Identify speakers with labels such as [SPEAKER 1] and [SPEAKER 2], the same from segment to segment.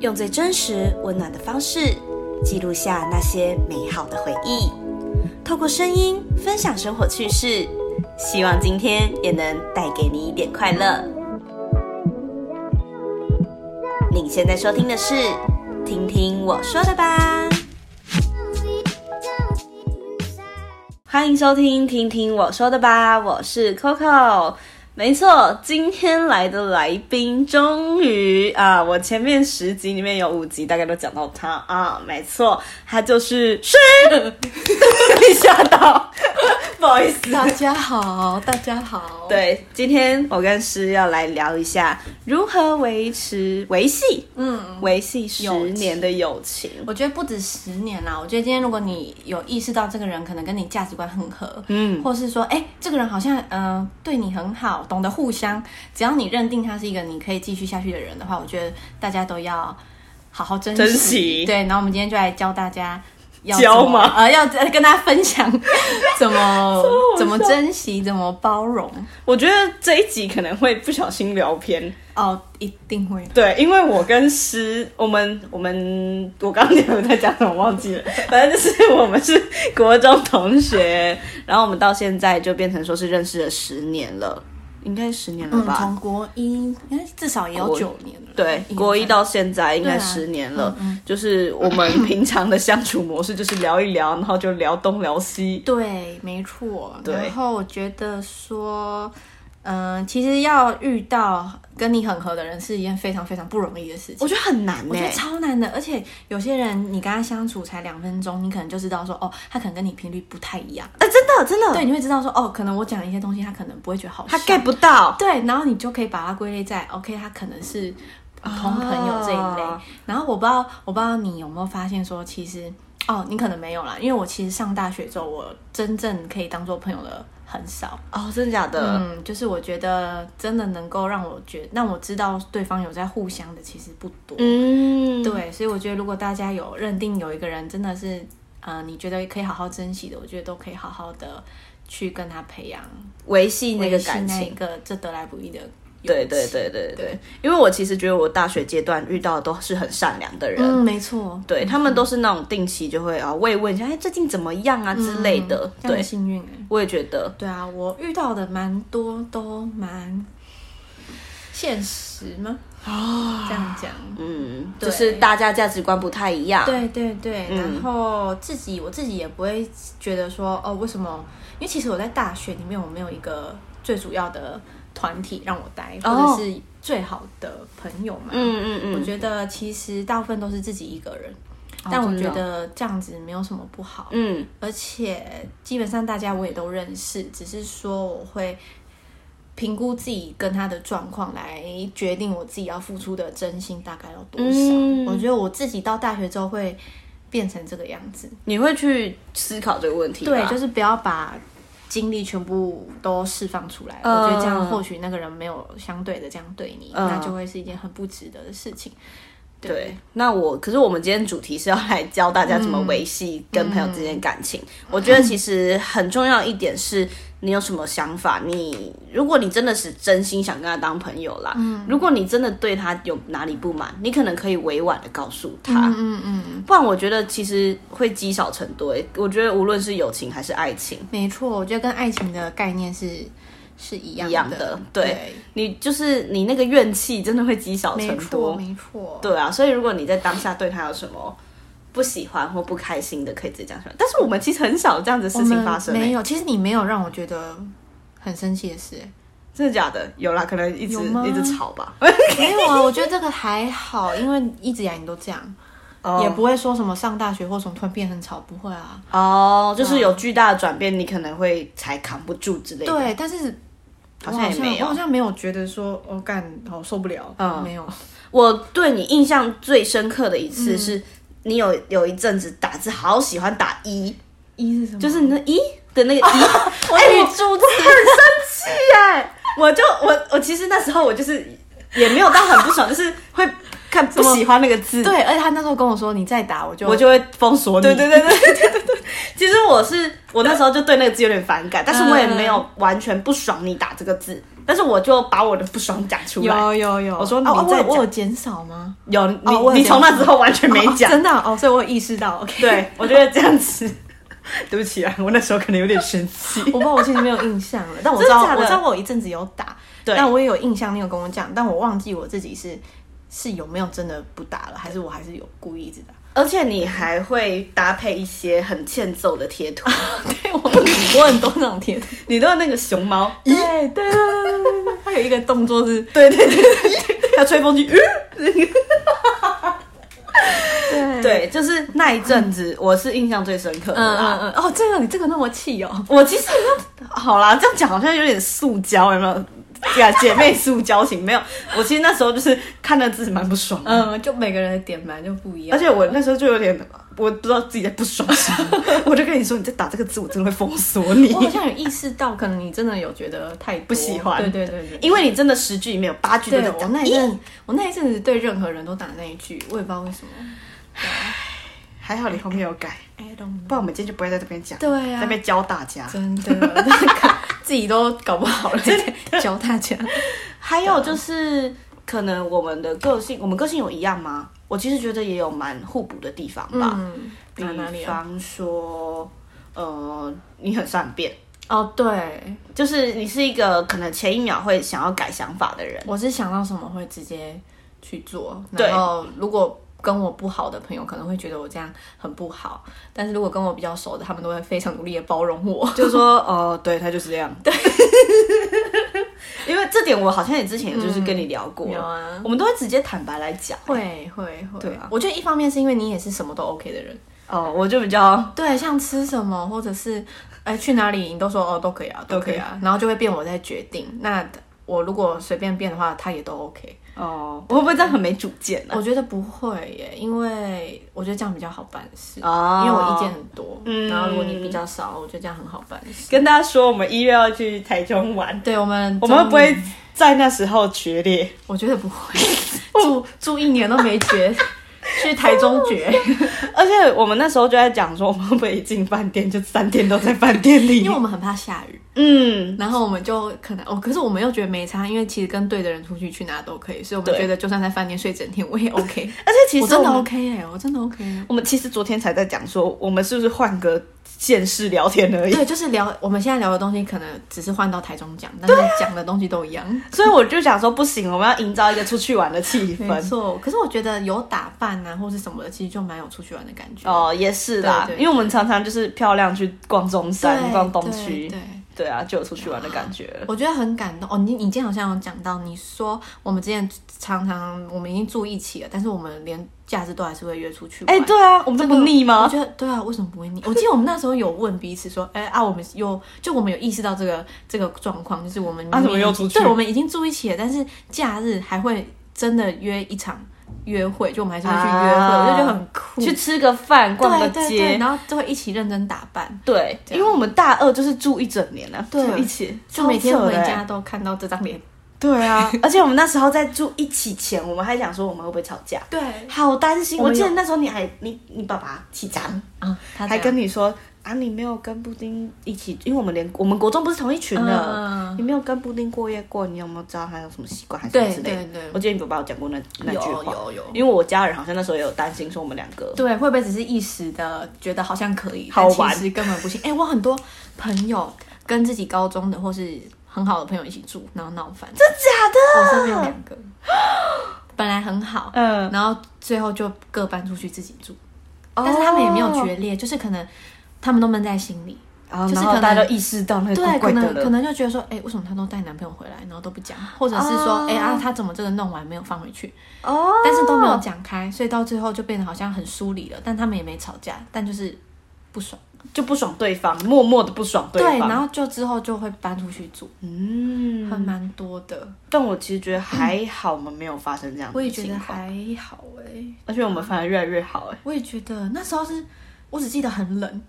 [SPEAKER 1] 用最真实、温暖的方式，记录下那些美好的回忆。透过声音分享生活趣事，希望今天也能带给你一点快乐。你现在收听的是《听听我说的吧》，欢迎收听《听听我说的吧》，我是 Coco。没错，今天来的来宾终于啊，我前面十集里面有五集大概都讲到他啊，没错，他就是 是，你吓到，不好意思啊
[SPEAKER 2] 大。家好，大家好。，
[SPEAKER 1] 对，今天我跟诗要来聊一下如何维持维系
[SPEAKER 2] 嗯，
[SPEAKER 1] 维系十年的友情。
[SPEAKER 2] 我觉得不止十年啦。我觉得今天如果你有意识到这个人可能跟你价值观很合，
[SPEAKER 1] 嗯，
[SPEAKER 2] 或是说，哎、这个人好像呃对你很好，懂得互相，只要你认定他是一个你可以继续下去的人的话，我觉得大家都要好好珍惜。
[SPEAKER 1] 珍惜
[SPEAKER 2] 对，然后我们今天就来教大家。要
[SPEAKER 1] 教
[SPEAKER 2] 怎么
[SPEAKER 1] 吗
[SPEAKER 2] 呃，要呃跟大家分享 怎么
[SPEAKER 1] 好笑
[SPEAKER 2] 怎么珍惜，怎么包容。
[SPEAKER 1] 我觉得这一集可能会不小心聊偏，
[SPEAKER 2] 哦，一定会的。
[SPEAKER 1] 对，因为我跟诗，我们我们我刚刚你们在讲什么忘记了，反正就是我们是国中同学，然后我们到现在就变成说是认识了十年了，应该是十年了
[SPEAKER 2] 嗯，
[SPEAKER 1] 吧？
[SPEAKER 2] 从国一应该至少也有
[SPEAKER 1] 国
[SPEAKER 2] 九年了。
[SPEAKER 1] 对，
[SPEAKER 2] 有
[SPEAKER 1] 国一
[SPEAKER 2] 吧
[SPEAKER 1] 到现在应该
[SPEAKER 2] 对啊嗯
[SPEAKER 1] 十年了，就是我们平常的相处模式就是聊一聊，然后就聊东聊西。
[SPEAKER 2] 对，没错。
[SPEAKER 1] 对
[SPEAKER 2] 然后我觉得说，嗯、其实要遇到跟你很合的人是一件非常非常不容易的事情。
[SPEAKER 1] 我觉得很难呢、
[SPEAKER 2] 我觉得超难的，而且有些人你跟他相处才两分钟，你可能就知道说，哦，他可能跟你频率不太一样。
[SPEAKER 1] 哎、真的真的，
[SPEAKER 2] 对，你会知道说，哦，可能我讲一些东西，他可能不会觉得好笑。
[SPEAKER 1] 他 get 不到。
[SPEAKER 2] 对，然后你就可以把它归类在 OK，他可能是同朋友这一类。
[SPEAKER 1] 啊
[SPEAKER 2] 然后我不知道，我不知道你有没有发现说，其实哦，你可能没有啦，因为我其实上大学之后，我真正可以当做朋友的很少。
[SPEAKER 1] 哦，真的假的？
[SPEAKER 2] 嗯，就是我觉得真的能够让我觉让我知道对方有在互相的，其实不多。
[SPEAKER 1] 嗯，
[SPEAKER 2] 对，所以我觉得如果大家有认定有一个人真的是，呃，你觉得可以好好珍惜的，我觉得都可以好好的去跟他培养
[SPEAKER 1] 维系那
[SPEAKER 2] 维
[SPEAKER 1] 个
[SPEAKER 2] 系
[SPEAKER 1] 感
[SPEAKER 2] 那
[SPEAKER 1] 情
[SPEAKER 2] 一。个这得来不易的友情。
[SPEAKER 1] 对对对对对
[SPEAKER 2] 对，
[SPEAKER 1] 因为我其实觉得我大学阶段遇到的都是很善良的人，
[SPEAKER 2] 嗯，没错，
[SPEAKER 1] 对他们都是那种定期就会啊慰问一下，哎最近怎么样啊之类的。
[SPEAKER 2] 这样很
[SPEAKER 1] 对，
[SPEAKER 2] 幸运哎。
[SPEAKER 1] 我也觉得
[SPEAKER 2] 对啊，我遇到的蛮多，都蛮现实吗？哦，这样讲，
[SPEAKER 1] 嗯，
[SPEAKER 2] 对
[SPEAKER 1] 就是大家价值观不太一样。
[SPEAKER 2] 对对对。
[SPEAKER 1] 嗯
[SPEAKER 2] 然后自己我自己也不会觉得说哦，为什么？因为其实我在大学里面我没有一个最主要的团体让我待，
[SPEAKER 1] 哦
[SPEAKER 2] 或者是最好的朋友嘛。
[SPEAKER 1] 嗯嗯嗯，
[SPEAKER 2] 我觉得其实大部分都是自己一个人，但我觉得这样子没有什么不好。
[SPEAKER 1] 嗯，
[SPEAKER 2] 而且基本上大家我也都认识，只是说我会评估自己跟他的状况来决定我自己要付出的真心大概有多少。
[SPEAKER 1] 嗯
[SPEAKER 2] 我觉得我自己到大学之后会变成这个样子，
[SPEAKER 1] 你会去思考这个问题吧，
[SPEAKER 2] 对，就是不要把精力全部都释放出来。
[SPEAKER 1] 嗯
[SPEAKER 2] 我觉得这样或许那个人没有相对的这样对你，
[SPEAKER 1] 嗯
[SPEAKER 2] 那就会是一件很不值得的事情。
[SPEAKER 1] 对。那我可是我们今天主题是要来教大家怎么维系跟朋友之间的感
[SPEAKER 2] 嗯
[SPEAKER 1] 情。我觉得其实很重要一点是。你有什么想法？你如果你真的是真心想跟他当朋友啦，
[SPEAKER 2] 嗯
[SPEAKER 1] 如果你真的对他有哪里不满，你可能可以委婉的告诉他，
[SPEAKER 2] 嗯嗯嗯，
[SPEAKER 1] 不然我觉得其实会积少成多、欸。我觉得无论是友情还是爱情，
[SPEAKER 2] 没错，我觉得跟爱情的概念是是一样
[SPEAKER 1] 一样的
[SPEAKER 2] 的，
[SPEAKER 1] 对你就是你那个怨气真的会积少
[SPEAKER 2] 没
[SPEAKER 1] 成
[SPEAKER 2] 错，
[SPEAKER 1] 多。
[SPEAKER 2] 没错，
[SPEAKER 1] 对啊，所以如果你在当下对他有什么不喜欢或不开心的，可以直接讲出来。但是我们其实很少有这样子的
[SPEAKER 2] 我
[SPEAKER 1] 事
[SPEAKER 2] 们
[SPEAKER 1] 情发生、欸，
[SPEAKER 2] 没有，其实你没有让我觉得很生气的事、欸
[SPEAKER 1] 真的假的？有啦，可能一直
[SPEAKER 2] 有吗
[SPEAKER 1] 一直吵吧，
[SPEAKER 2] 没有啊，我觉得这个还好，因为一直以来你都这样，也不会说什么上大学或什么突然变很吵，不会啊。
[SPEAKER 1] 哦，就是有巨大的转变，你可能会才扛不住之类的。
[SPEAKER 2] 对，但是
[SPEAKER 1] 好
[SPEAKER 2] 我
[SPEAKER 1] 像也没有
[SPEAKER 2] 我好像没有觉得说，哦，干，好受不了，
[SPEAKER 1] 嗯
[SPEAKER 2] 没有，
[SPEAKER 1] 我对你印象最深刻的一
[SPEAKER 2] 嗯
[SPEAKER 1] 次是，你有有一阵子打字好喜欢打一，
[SPEAKER 2] 一是什么？
[SPEAKER 1] 就是你那一的那个一，
[SPEAKER 2] 我
[SPEAKER 1] 哎
[SPEAKER 2] 语
[SPEAKER 1] 我
[SPEAKER 2] 助词，
[SPEAKER 1] 哎，我就我我其实那时候我就是也没有到很不爽，就是会看不喜欢那个字，
[SPEAKER 2] 对，而且他那时候跟我说，你再打我就
[SPEAKER 1] 我就会封锁你。对对对对对对 其
[SPEAKER 2] 嗯
[SPEAKER 1] 实我是我那时候就对那个字有点反感，但是我也没有完全不爽你打这个字，但是我就把我的不爽讲出来。
[SPEAKER 2] 有有有，
[SPEAKER 1] 我说
[SPEAKER 2] 哦
[SPEAKER 1] 你在
[SPEAKER 2] 我有我
[SPEAKER 1] 讲
[SPEAKER 2] 有减少吗？
[SPEAKER 1] 有你，
[SPEAKER 2] 我有
[SPEAKER 1] 你
[SPEAKER 2] 这
[SPEAKER 1] 从
[SPEAKER 2] 样
[SPEAKER 1] 那之后完全没
[SPEAKER 2] 哦
[SPEAKER 1] 讲。
[SPEAKER 2] 真的哦，所以我有意识到。OK，
[SPEAKER 1] 对，我觉得这样子， 对不起啊，我那时候可能有点生气。
[SPEAKER 2] 我不知道，我其实没有印象了，但我
[SPEAKER 1] 真
[SPEAKER 2] 知
[SPEAKER 1] 的
[SPEAKER 2] 道，
[SPEAKER 1] 假的
[SPEAKER 2] 我知道我有一阵子有打，
[SPEAKER 1] 对
[SPEAKER 2] 但我也有印象，你有跟我讲，但我忘记我自己是是有没有真的不打了，还是我还是有故意一直打。
[SPEAKER 1] 而且你还会搭配一些很欠揍的贴图，
[SPEAKER 2] 对我我很多那种贴图，
[SPEAKER 1] 你都有那个熊猫，
[SPEAKER 2] 对对对对对对，他有一个动作是，
[SPEAKER 1] 对对对对嗯对，要吹风机，
[SPEAKER 2] 对
[SPEAKER 1] 对，就是那一阵子，我是印象最深刻的
[SPEAKER 2] 嗯
[SPEAKER 1] 啦。
[SPEAKER 2] 嗯嗯，哦，这个你这个那么气哦，
[SPEAKER 1] 我其实好像好啦，这样讲好像有点塑胶，有没有？对啊，姐妹塑胶型没有。我其实那时候就是看到自己蛮不 爽的，
[SPEAKER 2] 嗯，就每个人的点本来就不一
[SPEAKER 1] 而
[SPEAKER 2] 样，
[SPEAKER 1] 且我那时候就有点，我不知道自己在不爽什 么，我就跟你说，你再打这个字，我真的会封锁你
[SPEAKER 2] 我。好像有意识到，可能你真的有觉得太多
[SPEAKER 1] 不喜欢
[SPEAKER 2] 对对对对，
[SPEAKER 1] 因为你真的十句里面有八句都
[SPEAKER 2] 对
[SPEAKER 1] 在
[SPEAKER 2] 我
[SPEAKER 1] 讲，
[SPEAKER 2] 那一
[SPEAKER 1] 咦
[SPEAKER 2] 阵，我那一阵子对任何人都打那一句，我也不知道为什么。
[SPEAKER 1] 还好你后面有改，
[SPEAKER 2] I don't
[SPEAKER 1] 不
[SPEAKER 2] know。
[SPEAKER 1] 然我们今天就不会在这边讲，
[SPEAKER 2] 对
[SPEAKER 1] 在
[SPEAKER 2] 啊
[SPEAKER 1] 那，边教大家。
[SPEAKER 2] 真的，自己都搞不好了，教大家。
[SPEAKER 1] 还有就是，可能我们的个性，我们个性有一样吗？我其实觉得也有蛮互补的地方吧。
[SPEAKER 2] 嗯，
[SPEAKER 1] 比
[SPEAKER 2] 哪哪里啊？
[SPEAKER 1] 方说，呃，你很善变，
[SPEAKER 2] 哦，对，
[SPEAKER 1] 就是你是一个可能前一秒会想要改想法的 人。
[SPEAKER 2] 我是想到什么会直接去做，
[SPEAKER 1] 对
[SPEAKER 2] 然后如果。跟我不好的朋友可能会觉得我这样很不好，但是如果跟我比较熟的，他们都会非常努力的包容我。
[SPEAKER 1] 就是说，哦，对他就是这样。对，因为这点我好像也之前也就是跟你聊过，
[SPEAKER 2] 嗯有啊
[SPEAKER 1] 我们都会直接坦白来讲。
[SPEAKER 2] 会会会，
[SPEAKER 1] 对啊
[SPEAKER 2] 我觉得一方面是因为你也是什么都 OK 的人，
[SPEAKER 1] 哦，我就比较
[SPEAKER 2] 对，像吃什么或者是哎、去哪里，你都说哦都可以啊，
[SPEAKER 1] 都
[SPEAKER 2] 都
[SPEAKER 1] 可
[SPEAKER 2] 可
[SPEAKER 1] 以
[SPEAKER 2] 以啊，然后就会变我在决定。那我如果随便变的话，他也都 OK。
[SPEAKER 1] 哦，我会不会这样很没主见啊呢、
[SPEAKER 2] 我觉得不会耶，因为我觉得这样比较好办事，
[SPEAKER 1] 哦
[SPEAKER 2] 因为我意见很多，
[SPEAKER 1] 嗯
[SPEAKER 2] 然后如果你比较少，我觉得这样很好办事。
[SPEAKER 1] 跟大家说，我们一月要去台中玩，
[SPEAKER 2] 对我们，
[SPEAKER 1] 我们会不会？在那时候决裂？
[SPEAKER 2] 我觉得不会，住住一年都没绝，去台中绝，
[SPEAKER 1] 而且我们那时候就在讲说，我们会不会一进饭店就三天都在饭店里
[SPEAKER 2] 因为？我们很怕下雨。
[SPEAKER 1] 嗯，
[SPEAKER 2] 然后我们就可能哦，可是我们又觉得没差，因为其实跟对的人出去去哪都可以，所以我们
[SPEAKER 1] 对
[SPEAKER 2] 觉得就算在饭店睡整天我也 OK。
[SPEAKER 1] 而且其实
[SPEAKER 2] 我真的
[SPEAKER 1] 我们
[SPEAKER 2] OK 哎、我真的 OK 耶。
[SPEAKER 1] 我们其实昨天才在讲说，我们是不是换个县市聊天而已？
[SPEAKER 2] 对，就是聊我们现在聊的东西，可能只是换到台中讲，但是讲的东西都一样。
[SPEAKER 1] 所以我就想说，不行，我们要营造一个出去玩的气
[SPEAKER 2] 没
[SPEAKER 1] 氛。
[SPEAKER 2] 错，可是我觉得有打扮啊，或是什么的，其实就蛮有出去玩的感觉。，
[SPEAKER 1] 哦，也是啦，
[SPEAKER 2] 对对
[SPEAKER 1] 因为我们常常就是漂亮去逛中山、
[SPEAKER 2] 对
[SPEAKER 1] 逛东区，
[SPEAKER 2] 对，对
[SPEAKER 1] 对啊，就有出去玩的感觉了。
[SPEAKER 2] 我觉得很感动哦。你你今天好像有讲到，你说我们之前常常我们已经住一起了，但是我们连假日都还是会约出去玩。
[SPEAKER 1] 哎、对啊，我们这不腻
[SPEAKER 2] 我
[SPEAKER 1] 吗？
[SPEAKER 2] 觉得对啊，为什么不会腻？我记得我们那时候有问彼此说，哎、啊，我们又就我们有意识到这个这个状况，就是我们
[SPEAKER 1] 啊
[SPEAKER 2] 明明
[SPEAKER 1] 怎么又出去
[SPEAKER 2] 对，我们已经住一起了，但是假日还会真的约一场约会，就我们还是会去约会，
[SPEAKER 1] 啊
[SPEAKER 2] 我就觉得很酷。
[SPEAKER 1] 去吃个饭，逛个
[SPEAKER 2] 对
[SPEAKER 1] 街，
[SPEAKER 2] 对对，然后就会一起认真打扮，
[SPEAKER 1] 对，
[SPEAKER 2] 这
[SPEAKER 1] 因
[SPEAKER 2] 样
[SPEAKER 1] 为我们大二就是住一整年啊，
[SPEAKER 2] 对
[SPEAKER 1] 住一起，
[SPEAKER 2] 就每天
[SPEAKER 1] 超扯
[SPEAKER 2] 回
[SPEAKER 1] 的欸
[SPEAKER 2] 家都看到这张脸。
[SPEAKER 1] 对 啊，而且我们那时候在住一起前，我们还想说我们会不会吵架，
[SPEAKER 2] 对
[SPEAKER 1] 好担心。
[SPEAKER 2] 我
[SPEAKER 1] 我
[SPEAKER 2] 们
[SPEAKER 1] 记
[SPEAKER 2] 有
[SPEAKER 1] 得那时候你还你你爸爸起床，
[SPEAKER 2] 啊，他
[SPEAKER 1] 还
[SPEAKER 2] 这样
[SPEAKER 1] 跟你说啊，你没有跟布丁一起，因为我们连我们国中不是同一群的，
[SPEAKER 2] 嗯
[SPEAKER 1] 你没有跟布丁过夜过，你有没有知道他有什么习惯还是什么
[SPEAKER 2] 对
[SPEAKER 1] 之类的？
[SPEAKER 2] 对对
[SPEAKER 1] 我记得你爸爸有讲过那那句话，
[SPEAKER 2] 有有有
[SPEAKER 1] 因为我家人好像那时候也有担心说我们两个
[SPEAKER 2] 对，会不会只是一时的觉得好像可以，
[SPEAKER 1] 好玩
[SPEAKER 2] 但其实根本不行。哎、我很多朋友跟自己高中的或是很好的朋友一起住，然后闹翻，真
[SPEAKER 1] 啊
[SPEAKER 2] 假的？我身边有两个，本来很好，
[SPEAKER 1] 嗯
[SPEAKER 2] 然后最后就各搬出去自己住，但是他们也没有
[SPEAKER 1] 哦
[SPEAKER 2] 决裂，就是可能他们都闷在心里。
[SPEAKER 1] 然后
[SPEAKER 2] 就是
[SPEAKER 1] 哦然
[SPEAKER 2] 可
[SPEAKER 1] 后
[SPEAKER 2] 能
[SPEAKER 1] 大家就意识到那个怪
[SPEAKER 2] 对，可
[SPEAKER 1] 怪的
[SPEAKER 2] 能可
[SPEAKER 1] 了，
[SPEAKER 2] 能就觉得说，哎、为什么她都带男朋友回来，然后都不讲，或者是说，
[SPEAKER 1] 哦
[SPEAKER 2] 哎、啊，她怎么这个弄完没有放回去，
[SPEAKER 1] 哦
[SPEAKER 2] 但是都没有讲开，所以到最后就变得好像很疏离了。但他们也没吵架，但就是不爽。
[SPEAKER 1] 就不爽对方，默默的不爽对
[SPEAKER 2] 对，
[SPEAKER 1] 方，
[SPEAKER 2] 然后就之后就会搬出去住，
[SPEAKER 1] 嗯，
[SPEAKER 2] 还蛮多的。
[SPEAKER 1] 但我其实觉得还好，我们没有发生这样的情况。
[SPEAKER 2] 我也觉得还好哎、
[SPEAKER 1] 而且我们反而越来越好哎、
[SPEAKER 2] 我也觉得那时候是我只记得很冷，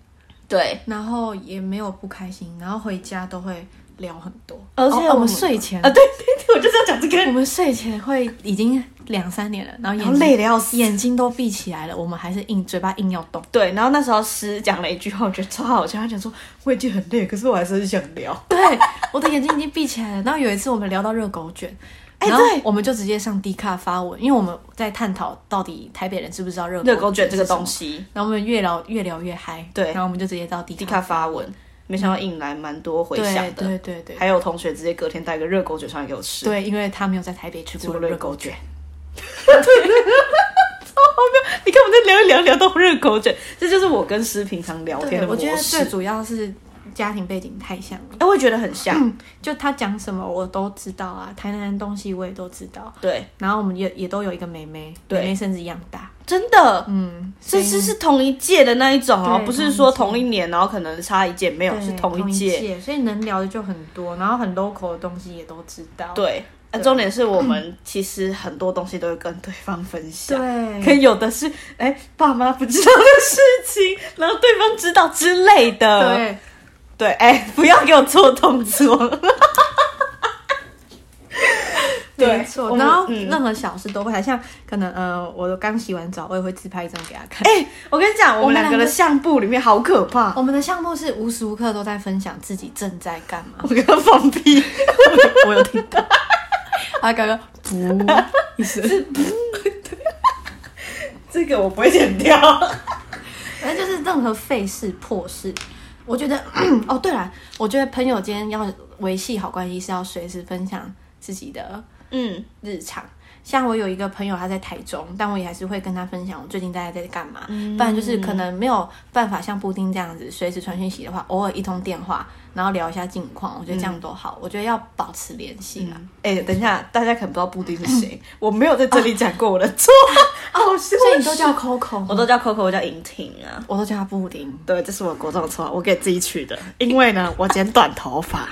[SPEAKER 1] 对，
[SPEAKER 2] 然后也没有不开心，然后回家都会聊很多，
[SPEAKER 1] 而且
[SPEAKER 2] 哦哦
[SPEAKER 1] 我
[SPEAKER 2] 我
[SPEAKER 1] 们
[SPEAKER 2] 们睡前
[SPEAKER 1] 啊，对对对，我就是要讲这个。
[SPEAKER 2] 我们呃睡前会已经两三点了，然后眼
[SPEAKER 1] 然后
[SPEAKER 2] 睛
[SPEAKER 1] 累得要死
[SPEAKER 2] 眼睛都闭起来了，我们还是硬嘴巴硬要 动。
[SPEAKER 1] 对，然后那时候诗讲了一句话，我觉得超好笑。他讲说我已经很累，可是我还是很想聊。
[SPEAKER 2] 对，我的眼睛已经闭起来了。然后有一次我们聊到热狗卷，
[SPEAKER 1] 哎
[SPEAKER 2] 然后
[SPEAKER 1] 对
[SPEAKER 2] 我们就直接上 D 卡发文，因为我们在探讨到底台北人知不知道热
[SPEAKER 1] 热狗卷这个
[SPEAKER 2] 是什么
[SPEAKER 1] 东。西，
[SPEAKER 2] 然后我们越聊越聊越嗨，
[SPEAKER 1] 对
[SPEAKER 2] 然后我们就直接到 D
[SPEAKER 1] 迪
[SPEAKER 2] 卡
[SPEAKER 1] 卡发文，没想到引来蛮多回
[SPEAKER 2] 对
[SPEAKER 1] 响的。
[SPEAKER 2] 嗯对对对
[SPEAKER 1] 还有同学直接隔天带个热狗卷上来给我吃。
[SPEAKER 2] 对，因为他没有在台北吃过
[SPEAKER 1] 过热
[SPEAKER 2] 热
[SPEAKER 1] 狗
[SPEAKER 2] 狗卷，
[SPEAKER 1] 你看我们在聊一聊聊到热狗卷，这就是我跟诗平常聊天
[SPEAKER 2] 对，
[SPEAKER 1] 的
[SPEAKER 2] 我
[SPEAKER 1] 模
[SPEAKER 2] 觉得最
[SPEAKER 1] 式。
[SPEAKER 2] 主要是家庭背景太像了。
[SPEAKER 1] 哎，我也觉得很像。
[SPEAKER 2] 就他讲什么我都知道啊，台南的东西我也都知道。
[SPEAKER 1] 对，
[SPEAKER 2] 然后我们也也都有一个妹妹，
[SPEAKER 1] 对
[SPEAKER 2] 妹妹甚至一样大，
[SPEAKER 1] 真的，
[SPEAKER 2] 嗯，
[SPEAKER 1] 这
[SPEAKER 2] 所以
[SPEAKER 1] 是是同一届的那一种哦，
[SPEAKER 2] 对
[SPEAKER 1] 不是说
[SPEAKER 2] 同
[SPEAKER 1] 同一年，然后可能差一届，没有
[SPEAKER 2] 对
[SPEAKER 1] 是
[SPEAKER 2] 同
[SPEAKER 1] 一届。
[SPEAKER 2] 届，所以能聊的就很多，然后很 local 的东西也都知道。
[SPEAKER 1] 对，啊
[SPEAKER 2] 对
[SPEAKER 1] 重点是我们其实很多东西都会跟对方分享。
[SPEAKER 2] 嗯对，
[SPEAKER 1] 跟有的是哎、爸妈不知道的事情，然后对方知道之类的。
[SPEAKER 2] 对，
[SPEAKER 1] 对，哎、 不要给我做动 作。对，
[SPEAKER 2] 没
[SPEAKER 1] 我
[SPEAKER 2] 错。
[SPEAKER 1] 们
[SPEAKER 2] 然后
[SPEAKER 1] 嗯
[SPEAKER 2] 任何小事都会，像可能呃，我刚洗完澡，我也会自拍一张给他看。
[SPEAKER 1] 哎、我跟你讲，我
[SPEAKER 2] 我
[SPEAKER 1] 们
[SPEAKER 2] 们
[SPEAKER 1] 两个哦的
[SPEAKER 2] 两个
[SPEAKER 1] 相簿里面好可怕。
[SPEAKER 2] 我们的项目是无时无刻都在分享自己正在干嘛
[SPEAKER 1] 我。刚刚放屁，
[SPEAKER 2] 我有听到， 他刚刚 噗一声，
[SPEAKER 1] 这个我不会剪掉。
[SPEAKER 2] 反正就是任何费事破事，我觉得 哦，对了，我觉得朋友间要维系好关系是要随时分享自己的
[SPEAKER 1] 嗯
[SPEAKER 2] 日常。像我有一个朋友，他在台中，但我也还是会跟他分享我最近大家在干嘛。不然就是可能没有办法像布丁这样子随时传讯息的话，偶尔一通电话，然后聊一下近况，我觉得这样多好。我觉得要保持联系啦。
[SPEAKER 1] 哎、等一下，大家可能不知道布丁是谁，我没有在这里讲过我的错， 好羞
[SPEAKER 2] 所以你都
[SPEAKER 1] 耻
[SPEAKER 2] 叫 Coco，
[SPEAKER 1] 我都叫 Coco，我叫莹婷啊。
[SPEAKER 2] 我都叫他布丁。
[SPEAKER 1] 对，这是我国中的绰号，我给自己取的。因为 呢，我剪短头发，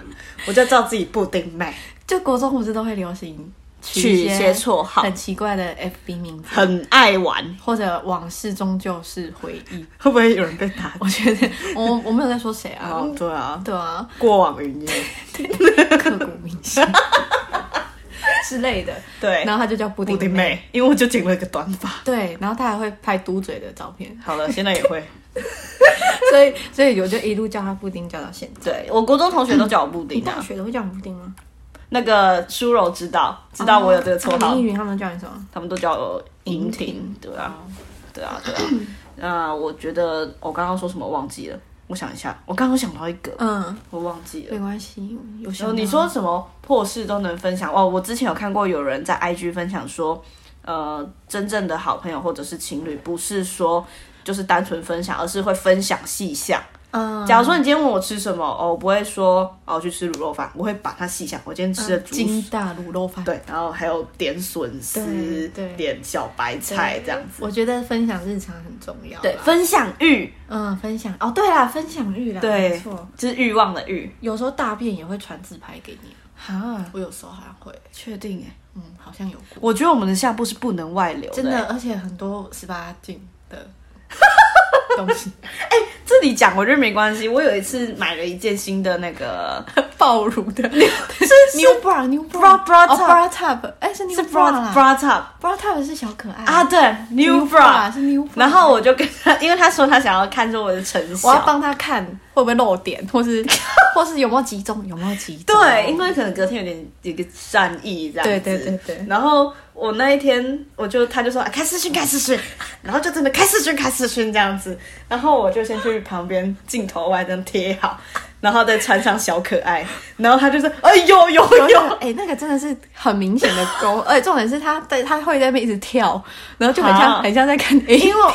[SPEAKER 1] 我就叫自己布丁妹，
[SPEAKER 2] 就国中不是都会流行
[SPEAKER 1] 取一些绰号
[SPEAKER 2] 很奇怪的 FB 名字，
[SPEAKER 1] 很爱玩。
[SPEAKER 2] 或者往事终究是回 忆。
[SPEAKER 1] 会不会有人被打？
[SPEAKER 2] 我觉得我我没有在说谁啊，
[SPEAKER 1] 哦，对啊，
[SPEAKER 2] 对啊，
[SPEAKER 1] 过往云烟。
[SPEAKER 2] 刻骨铭 心之类的。
[SPEAKER 1] 对，
[SPEAKER 2] 然后他就叫布
[SPEAKER 1] 布
[SPEAKER 2] 丁
[SPEAKER 1] 丁妹，因为我就剪了一个短发。
[SPEAKER 2] 对，然后他还会拍嘟嘴的照片，
[SPEAKER 1] 好了，现在也会。
[SPEAKER 2] 所以所以我就一路叫他布丁叫到现 在。
[SPEAKER 1] 对啊我国中同学都叫我布
[SPEAKER 2] 你
[SPEAKER 1] 丁
[SPEAKER 2] 大
[SPEAKER 1] 啊。
[SPEAKER 2] 学都会叫你布丁吗？
[SPEAKER 1] 那个苏柔知道，知道我有这个绰
[SPEAKER 2] 那
[SPEAKER 1] 号
[SPEAKER 2] 林依，云他们叫啊你什么？
[SPEAKER 1] 他们都叫我莹哦婷。对啊，对啊，对啊。那我觉得我刚刚说什么忘记了，我想一下，我刚刚想到一个，
[SPEAKER 2] 嗯，
[SPEAKER 1] 我忘记了。
[SPEAKER 2] 没关系，有时
[SPEAKER 1] 然
[SPEAKER 2] 候
[SPEAKER 1] 哦后你说什么破事都能分享哦？我之前有看过有人在 IG 分享说，呃，真正的好朋友或者是情侣，不是说就是单纯分享，而是会分享细项。
[SPEAKER 2] 嗯，
[SPEAKER 1] 假如说你今天问我吃什么，哦，我不会说哦我去吃卤肉饭，我会把它细项。我今天吃的竹笋、
[SPEAKER 2] 金大卤肉饭。
[SPEAKER 1] 对，然后还有点笋丝
[SPEAKER 2] 对，对
[SPEAKER 1] 点小白菜这样子。
[SPEAKER 2] 我觉得分享日常很重要。
[SPEAKER 1] 对，，分享欲，
[SPEAKER 2] 嗯，分享哦，对啦，分享欲啦，
[SPEAKER 1] 对
[SPEAKER 2] 没错。
[SPEAKER 1] 就是欲望的欲。
[SPEAKER 2] 有时候大便也会传自拍给你，
[SPEAKER 1] 哈，
[SPEAKER 2] 我有时候好像会，
[SPEAKER 1] 确定哎、
[SPEAKER 2] 嗯，好像有过，
[SPEAKER 1] 我觉得我们的下部是不能外流
[SPEAKER 2] 真
[SPEAKER 1] 欸
[SPEAKER 2] 的，而且很多十八禁的东西
[SPEAKER 1] 这里讲我觉得没关系。我有一次买了一件新的那 个，
[SPEAKER 2] 暴乳的，new bra new bra
[SPEAKER 1] bra- bra
[SPEAKER 2] 哦
[SPEAKER 1] top
[SPEAKER 2] bra top，哎是 new
[SPEAKER 1] 是 bra
[SPEAKER 2] bra 啦
[SPEAKER 1] bra top
[SPEAKER 2] bra top 是小可爱
[SPEAKER 1] 啊，对 new bra。
[SPEAKER 2] 是 new，bra
[SPEAKER 1] 然后我就跟他，因为他说他想要看出我的成
[SPEAKER 2] 我要
[SPEAKER 1] 效，
[SPEAKER 2] 帮他看会不会漏点，或 是或是有没有集中，有没有集中，
[SPEAKER 1] 对，因为可能隔天有点有个善意这样子。
[SPEAKER 2] 对对对对
[SPEAKER 1] 然后我那一天，我就他就说、啊、开视讯开视讯，然后就真的开视讯开视讯这样子。然后我就先去旁边镜头外这样贴好，然后再穿上小可爱。然后他就说哎呦呦
[SPEAKER 2] 有
[SPEAKER 1] 呦，
[SPEAKER 2] 哎、那个真的是很明显的勾，而且重点是他 在他会在那边一直跳，然后就很像
[SPEAKER 1] 啊
[SPEAKER 2] 很像在看 A
[SPEAKER 1] 因为我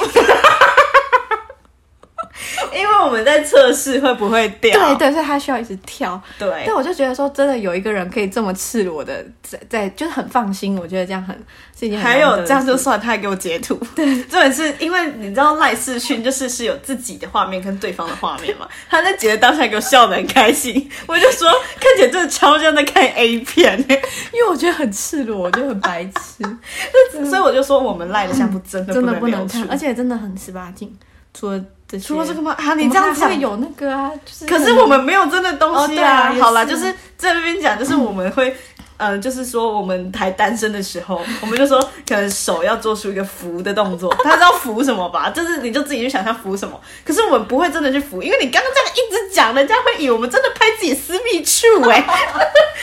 [SPEAKER 1] 因为我们在测试会不会掉，
[SPEAKER 2] 对对，所以他需要一直跳。
[SPEAKER 1] 对
[SPEAKER 2] 但我就觉得说，真的有一个人可以这么赤裸的在在，就是很放心，我觉得这样很啊是一件很
[SPEAKER 1] 还
[SPEAKER 2] 难得
[SPEAKER 1] 有
[SPEAKER 2] 的
[SPEAKER 1] 这样就
[SPEAKER 2] 事
[SPEAKER 1] 算，他还给我截 图。对，重点是因为你知道赖世勋就是是有自己的画面跟对方的画面嘛， 他在截的当下给我笑得很开心， 我就说看起来真的超像在看 A 片、欸
[SPEAKER 2] 因为我觉得很赤裸，我觉得很白 痴，
[SPEAKER 1] 所以我就说我们赖的项目真的
[SPEAKER 2] 真的不
[SPEAKER 1] 能
[SPEAKER 2] 能
[SPEAKER 1] 流出
[SPEAKER 2] 看，而且真的很十八禁，除了这些。
[SPEAKER 1] 除了这个吗？啊，你
[SPEAKER 2] 我们
[SPEAKER 1] 这样
[SPEAKER 2] 还
[SPEAKER 1] 讲
[SPEAKER 2] 会有那个啊，就是
[SPEAKER 1] 可是我们没有真的东西啊。
[SPEAKER 2] 哦对啊
[SPEAKER 1] 好啦，
[SPEAKER 2] 也
[SPEAKER 1] 就是是这边讲，就是我们会，呃，就是说我们还单身的时候，我们就说可能手要做出一个扶的动作，他知道扶什么吧？ 就是你就自己去想象扶什么。可是我们不会真的去扶，因为你刚刚这样一直讲，人家会以为我们真的拍自己私密处哎、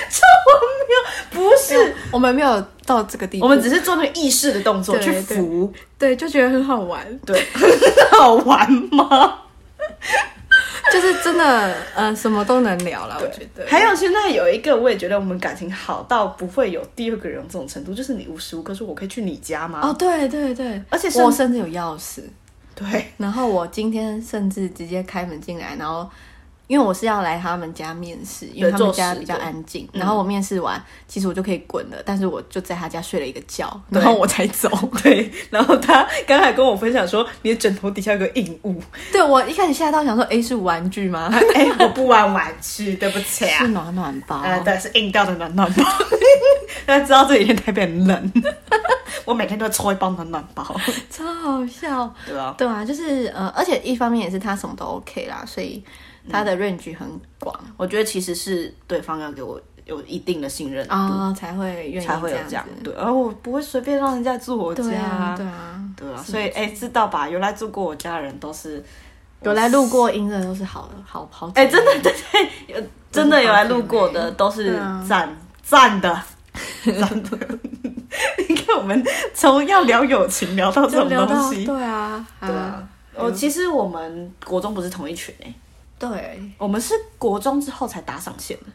[SPEAKER 1] 这我没有，不是，
[SPEAKER 2] 我们没有到这个地步，
[SPEAKER 1] 我们只是做那个意识的动作
[SPEAKER 2] 对
[SPEAKER 1] 去扶，
[SPEAKER 2] 对就觉得很好玩，
[SPEAKER 1] 对， 好玩吗？
[SPEAKER 2] 就是真的呃什么都能聊了，我觉得。
[SPEAKER 1] 还有现在有一个，我也觉得我们感情好到不会有第二个人这种程度，就是你无时无刻说我可以去你家吗？
[SPEAKER 2] 哦，对对对，
[SPEAKER 1] 而且
[SPEAKER 2] 我
[SPEAKER 1] 甚
[SPEAKER 2] 甚至有钥匙，
[SPEAKER 1] 对，
[SPEAKER 2] 然后我今天甚至直接开门进来，然后因为我是要来他们家面试，因为他
[SPEAKER 1] 做
[SPEAKER 2] 们家
[SPEAKER 1] 事嗯
[SPEAKER 2] 比较
[SPEAKER 1] 的
[SPEAKER 2] 安静。然后我面试完，其实我就可以滚了，但是我就在他家睡了一个觉， 然后我才走。
[SPEAKER 1] 对，然后他刚才跟我分享说，你的枕头底下有个硬物，
[SPEAKER 2] 对我一开始吓到想说，诶，是玩具吗？
[SPEAKER 1] 哎、我不玩玩具， 对不起
[SPEAKER 2] 是
[SPEAKER 1] 啊，
[SPEAKER 2] 暖暖包。
[SPEAKER 1] 呃，对，是硬掉的暖暖包。 大家知道这几天台北很冷， 我每天都搓一包暖暖 包，
[SPEAKER 2] 超好笑。
[SPEAKER 1] 对啊，
[SPEAKER 2] 对啊，就是呃，而且一方面也是他什么都 OK 啦，所以他的 range 很广
[SPEAKER 1] 我觉得其实是对方要给我有一定的信任
[SPEAKER 2] 啊、才会愿意
[SPEAKER 1] 嗯才会有
[SPEAKER 2] 这
[SPEAKER 1] 这样
[SPEAKER 2] 样子。，
[SPEAKER 1] 对，而我不会随便让人家住我家，
[SPEAKER 2] 对啊，对啊，
[SPEAKER 1] 对啊，所以哎、知道吧？有来住过我家的人都是，
[SPEAKER 2] 有来路过音乐都是好的，好好。
[SPEAKER 1] 哎、真的对对，有真的有来路过
[SPEAKER 2] 好
[SPEAKER 1] 的
[SPEAKER 2] 甜美
[SPEAKER 1] 都是
[SPEAKER 2] 对啊
[SPEAKER 1] 赞赞的，赞的。 你看，我们从要聊友情聊 到这
[SPEAKER 2] 就
[SPEAKER 1] 种
[SPEAKER 2] 聊
[SPEAKER 1] 东
[SPEAKER 2] 到
[SPEAKER 1] 西，
[SPEAKER 2] 对啊，对
[SPEAKER 1] 对啊。，哦，其实我们国中不是同一群哎、
[SPEAKER 2] 对，
[SPEAKER 1] 我们是国中之后才打上线的。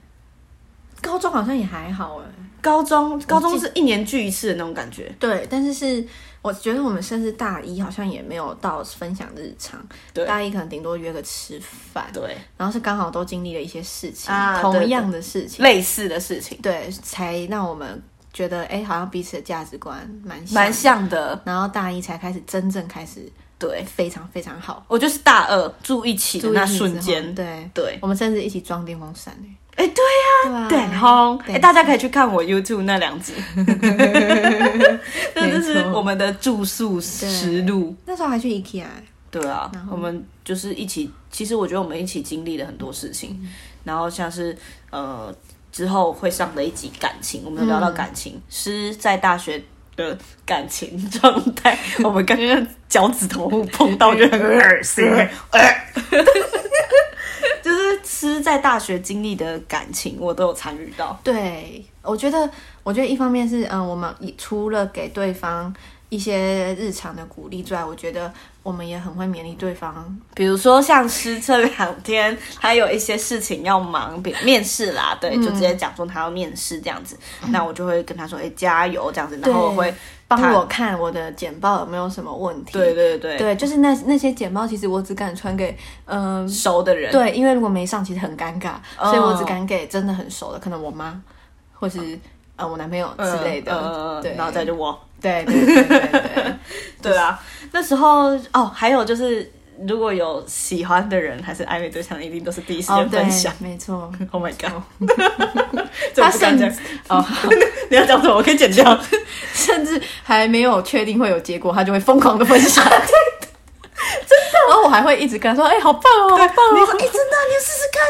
[SPEAKER 2] 高中好像也还好
[SPEAKER 1] 欸
[SPEAKER 2] 哎。
[SPEAKER 1] 高中高中是一年聚一次的那种感觉，
[SPEAKER 2] 对，但是是我觉得我们甚至大一好像也没有到分享日常，
[SPEAKER 1] 对
[SPEAKER 2] 大一可能顶多约个吃饭，
[SPEAKER 1] 对，
[SPEAKER 2] 然后是刚好都经历了一些事情，
[SPEAKER 1] 啊对
[SPEAKER 2] 同
[SPEAKER 1] 对
[SPEAKER 2] 样的事情，
[SPEAKER 1] 类似的事情，
[SPEAKER 2] 对，才让我们觉得哎、好像彼此的价值观蛮像
[SPEAKER 1] 蛮。像的。
[SPEAKER 2] 然后大一才开始真正开始
[SPEAKER 1] 对，
[SPEAKER 2] 非常非常好，
[SPEAKER 1] 我就是大二住一起的
[SPEAKER 2] 住一
[SPEAKER 1] 那
[SPEAKER 2] 起
[SPEAKER 1] 瞬
[SPEAKER 2] 之后
[SPEAKER 1] 间，
[SPEAKER 2] 对，
[SPEAKER 1] 对，
[SPEAKER 2] 我们甚至一起装电风扇哎、
[SPEAKER 1] 哎、对
[SPEAKER 2] 对啊，
[SPEAKER 1] 对吼，哎、
[SPEAKER 2] 对
[SPEAKER 1] 大家可以去看我 YouTube 那两集，那
[SPEAKER 2] 没
[SPEAKER 1] 就
[SPEAKER 2] 错
[SPEAKER 1] 是我们的住宿实录。
[SPEAKER 2] 那时候还去 IKEA，欸
[SPEAKER 1] 对啊，我们就是一起，其实我觉得我们一起经历了很多事情，
[SPEAKER 2] 嗯
[SPEAKER 1] 然后像是呃之后会上的一集感情，我们有聊到感
[SPEAKER 2] 嗯
[SPEAKER 1] 情、是在大学。的感情状态， 我们刚刚脚趾头碰到就很
[SPEAKER 2] 呃
[SPEAKER 1] 恶心，呃 就是是在大学经历的感情，我都有参与到。
[SPEAKER 2] 对，我觉得，我觉得一方面是，嗯，我们也除了给对方一些日常的鼓励之外，我觉得我们也很会勉励对方。
[SPEAKER 1] 比如说像师这两天，他有一些事情要忙，比面试啦，对，
[SPEAKER 2] 嗯
[SPEAKER 1] 就直接讲说他要面试这样子，那我就会跟他说，哎、加油这样子，然后我会
[SPEAKER 2] 帮
[SPEAKER 1] 他
[SPEAKER 2] 我看我的简报有没有什么问题？
[SPEAKER 1] 对对对
[SPEAKER 2] 对，就是那那些简报，其实我只敢传给，嗯、
[SPEAKER 1] 熟的人，
[SPEAKER 2] 对，因为如果没上，其实很尴尬，所以
[SPEAKER 1] 哦
[SPEAKER 2] 我只敢给真的很熟的，可能我妈或是呃我男朋友
[SPEAKER 1] 嗯
[SPEAKER 2] 之类的。
[SPEAKER 1] 嗯嗯
[SPEAKER 2] 对，
[SPEAKER 1] 然后再就我，
[SPEAKER 2] 对对对对对，
[SPEAKER 1] 对啊，那时候哦，还有就是如果有喜欢的人还是暧昧对象，一定都是第一时
[SPEAKER 2] 哦
[SPEAKER 1] 间
[SPEAKER 2] 对哦
[SPEAKER 1] 分享，。
[SPEAKER 2] 没错。
[SPEAKER 1] Oh my god！这我
[SPEAKER 2] 他
[SPEAKER 1] 不敢
[SPEAKER 2] 甚
[SPEAKER 1] 讲
[SPEAKER 2] 至，哦，好
[SPEAKER 1] 你要讲什么？我可以剪
[SPEAKER 2] 哦
[SPEAKER 1] 掉。
[SPEAKER 2] 甚至还没有确定会有结果，他就会疯狂的分享。对 真的。然后我还会一直跟他说：“哎、好棒哦，好棒
[SPEAKER 1] 你
[SPEAKER 2] 哦
[SPEAKER 1] 说，哎、真的，你要试试看，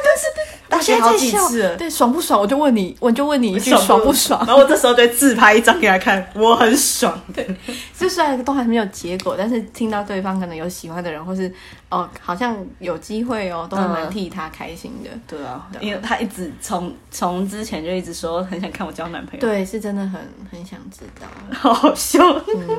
[SPEAKER 1] 但是
[SPEAKER 2] 我现在
[SPEAKER 1] 好
[SPEAKER 2] 在
[SPEAKER 1] 几
[SPEAKER 2] 笑
[SPEAKER 1] 次了，
[SPEAKER 2] 对，爽不爽？我就问你，我就问你一句，爽不爽？
[SPEAKER 1] 然后我这时候就会自拍一张给他看，我很爽。
[SPEAKER 2] 就虽然都还没有结果，但是听到对方可能有喜欢的人，或是哦，好像有机会哦，都还蛮替他开心的。
[SPEAKER 1] 对啊，
[SPEAKER 2] 对啊
[SPEAKER 1] 因为他一直从从之前就一直说很想看我交男朋友，，
[SPEAKER 2] 对，是真的很很想知道
[SPEAKER 1] 好好笑。嗯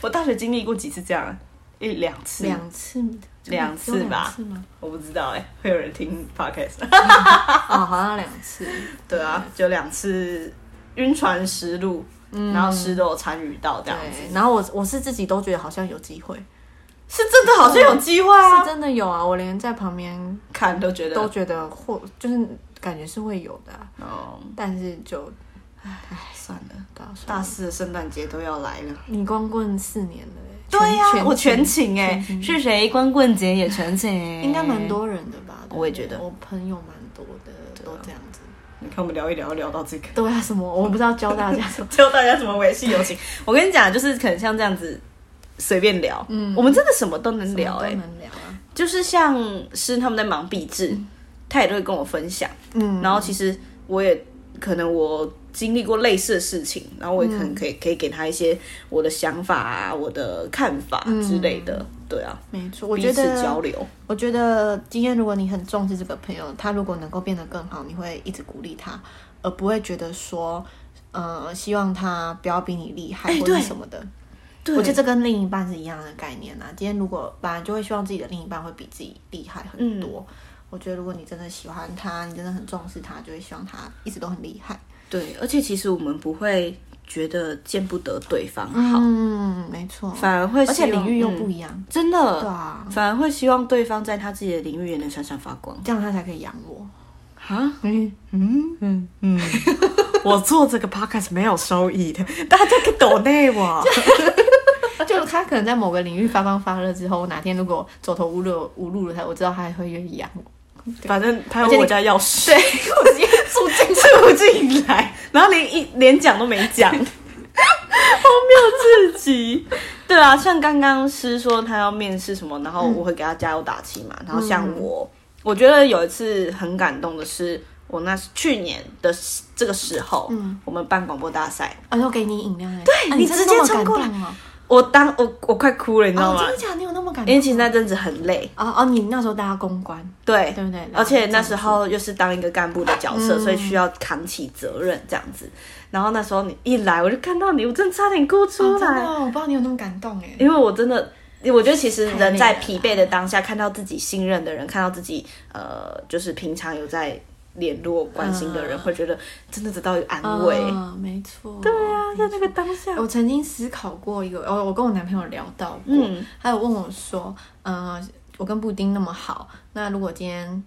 [SPEAKER 1] 我大学经历过几次这样，一两次，
[SPEAKER 2] 两次，
[SPEAKER 1] 两次
[SPEAKER 2] 有
[SPEAKER 1] 吧
[SPEAKER 2] 两次 吗？
[SPEAKER 1] 我不知道哎、会有人听 podcast？
[SPEAKER 2] 哦，好像两次。
[SPEAKER 1] 对啊，就两次晕船实录，然后诗都有参与到这样子，
[SPEAKER 2] 对，然后我我是自己都觉得好像有机会，
[SPEAKER 1] 是真的好像有机会
[SPEAKER 2] 是
[SPEAKER 1] 啊，
[SPEAKER 2] 真的有啊，我连在旁边
[SPEAKER 1] 看都觉得，
[SPEAKER 2] 都觉得或就是感觉是会有的啊、
[SPEAKER 1] 哦，
[SPEAKER 2] 但是就
[SPEAKER 1] 算了，
[SPEAKER 2] 到时候
[SPEAKER 1] 大四的圣诞节都要来了。
[SPEAKER 2] 你光棍四年了欸、
[SPEAKER 1] 对呀、
[SPEAKER 2] 全
[SPEAKER 1] 我全勤哎、是谁光棍节也全勤，
[SPEAKER 2] 应该蛮。多人的吧？对不对
[SPEAKER 1] 我也觉得啊
[SPEAKER 2] 我朋友蛮多的，都这样子。
[SPEAKER 1] 你看我们聊一聊，聊到这个。。
[SPEAKER 2] 对啊，什么？我们不知道教大家什么
[SPEAKER 1] 教大家怎么维系友情。 我 跟你讲，就是可能像这样子随便聊，嗯，我们真的什么都能聊
[SPEAKER 2] 什
[SPEAKER 1] 哎、
[SPEAKER 2] 么都能聊啊，
[SPEAKER 1] 就是像是他们在忙壁纸，他也都会跟我分享。
[SPEAKER 2] 嗯，
[SPEAKER 1] 然后其实我也可能我经历过类似的事情，然后我也可能可以可以给他一些我的想法啊、我的看法之类的。对啊，
[SPEAKER 2] 没错，我
[SPEAKER 1] 彼
[SPEAKER 2] 觉
[SPEAKER 1] 此交
[SPEAKER 2] 得，
[SPEAKER 1] 流。
[SPEAKER 2] 我觉得今天如果你很重视这个朋友，他如果能够变得更好，你会一直鼓励他，而不会觉得说，呃，希望他不要比你厉害或者
[SPEAKER 1] 对
[SPEAKER 2] 什么的。
[SPEAKER 1] 对
[SPEAKER 2] 我觉得这跟另一半是一样的概念啊啦。今天如果本来就会希望自己的另一半会比自己厉害很多，我觉得如果你真的喜欢他，你真的很重视他，就会希望他一直都很厉害。
[SPEAKER 1] 对，而且其实我们不会觉得见不得对方好，
[SPEAKER 2] 嗯，没错，
[SPEAKER 1] 反而会
[SPEAKER 2] 而且
[SPEAKER 1] 希望
[SPEAKER 2] 领域又
[SPEAKER 1] 嗯
[SPEAKER 2] 不一样，
[SPEAKER 1] 真的，
[SPEAKER 2] 对啊
[SPEAKER 1] 反而会希望对方在他自己的领域也能闪闪发光。
[SPEAKER 2] 这样他才可以养我。
[SPEAKER 1] 啊，
[SPEAKER 2] 嗯，
[SPEAKER 3] 我做这个 podcast 没有收益的，大家可以抖内 我。
[SPEAKER 2] 啊就是他可能在某个领域发光发热之后，哪天如果走投无路无路了，他我知道他还会愿意养 我。
[SPEAKER 3] 反正他有我家钥匙，
[SPEAKER 2] 对，我直接住 进去。
[SPEAKER 1] 住进来，然后连一连讲都没 讲，荒谬至极。对啊，像刚刚师说他要面试什么，然后我会给他加油打气
[SPEAKER 2] 嗯
[SPEAKER 1] 嘛。然后像我，我觉得有一次很感动的是，我那去年的这个时候，
[SPEAKER 2] 嗯
[SPEAKER 1] 我们办广播大赛，
[SPEAKER 2] 哎、我给你饮料哎、对、啊、
[SPEAKER 1] 你
[SPEAKER 2] 真的
[SPEAKER 1] 直接
[SPEAKER 2] 那么
[SPEAKER 1] 冲
[SPEAKER 2] 感
[SPEAKER 1] 过来
[SPEAKER 2] 动哦
[SPEAKER 1] 我当我我快哭了，你知道
[SPEAKER 2] 哦，
[SPEAKER 1] 吗？
[SPEAKER 2] 真的假的？你有那么感动？
[SPEAKER 1] 因为其实那阵子很累，
[SPEAKER 2] 哦哦，你那时候大家公关，
[SPEAKER 1] 对
[SPEAKER 2] 对不对然哦后
[SPEAKER 1] 而且那时候又是当一个干部的角
[SPEAKER 2] 嗯
[SPEAKER 1] 色，所以需要扛起责任这样子。然后那时候你一来，我就看到你，我真的差点哭出
[SPEAKER 2] 真的
[SPEAKER 1] 来，
[SPEAKER 2] 哦、我不知道你有那么感动哎。
[SPEAKER 1] 因为我真的。我觉得其实
[SPEAKER 2] 太累
[SPEAKER 1] 人在
[SPEAKER 2] 了
[SPEAKER 1] 疲惫的当下，看到自己信任的人，看到自己呃，就是平常有在联络关心的人，
[SPEAKER 2] 嗯
[SPEAKER 1] 会觉得真的得到一个安慰。
[SPEAKER 2] 啊，没错。对啊，
[SPEAKER 1] 在那个当下
[SPEAKER 2] 我曾经思考过一个，我我跟我男朋友聊到过，
[SPEAKER 1] 嗯
[SPEAKER 2] 他有问我说，呃，我跟布丁那么好，那如果今天